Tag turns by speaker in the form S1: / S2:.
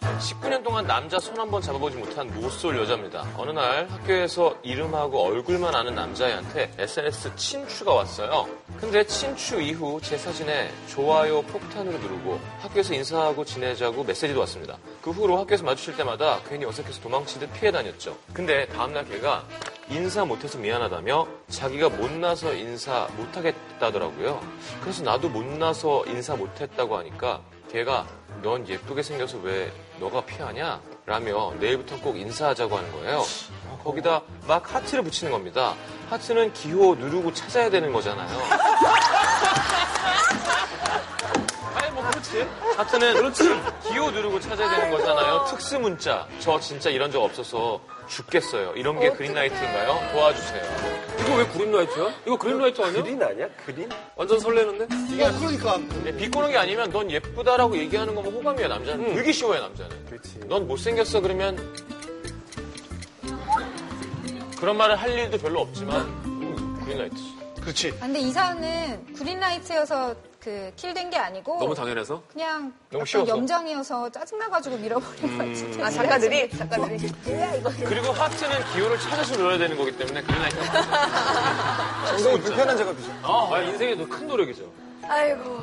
S1: 19년 동안 남자 손 한 번 잡아보지 못한 모쏠 여자입니다. 어느 날 학교에서 이름하고 얼굴만 아는 남자애한테 SNS 친추가 왔어요. 근데 친추 이후 제 사진에 좋아요 폭탄으로 누르고 학교에서 인사하고 지내자고 메시지도 왔습니다. 그 후로 학교에서 마주칠 때마다 괜히 어색해서 도망치듯 피해 다녔죠. 근데 다음날 걔가 인사 못해서 미안하다며 자기가 못나서 인사 못하겠다더라고요. 그래서 나도 못나서 인사 못했다고 하니까 걔가 넌 예쁘게 생겨서 왜 너가 피하냐? 라며 내일부터 꼭 인사하자고 하는 거예요. 거기다 막 하트를 붙이는 겁니다. 하트는 기호 누르고 찾아야 되는 거잖아요. 아니 뭐 그렇지. 하트는 그렇지. 기호 누르고 찾아야 되는 거잖아요. 특수 문자. 저 진짜 이런 적 없어서 죽겠어요. 이런 게 그린라이트인가요? 도와주세요.
S2: 이거 왜 그린라이트야? 이거 그린라이트 아니야?
S3: 그린 아니야? 그린?
S2: 완전 설레는데?
S4: 그러니까.
S1: 근데 네, 비꼬는 게 아니면 넌 예쁘다라고 얘기하는 거면 호감이야 남자는. 되게 쉬워요 남자는.
S3: 그렇지.
S1: 넌 못생겼어 그러면 그런 말을 할 일도 별로 없지만 음, 그린라이트.
S4: 그렇지.
S5: 아, 근데 이사는 그린라이트여서 그 킬된 게 아니고
S2: 너무 당연해서?
S5: 그냥
S1: 너무
S5: 약간
S1: 쉬워서. 음.
S5: 염장이어서 짜증나가지고 밀어버린 거지.
S6: 아, 작가들이? 작가들이?
S5: 네.
S1: 그리고 하트는 기호를 찾아서 눌러야 되는 거기 때문에 그린라이트.
S3: 굉장히 불편한 작업이죠.
S1: 인생에도 큰 노력이죠.
S6: 아이고.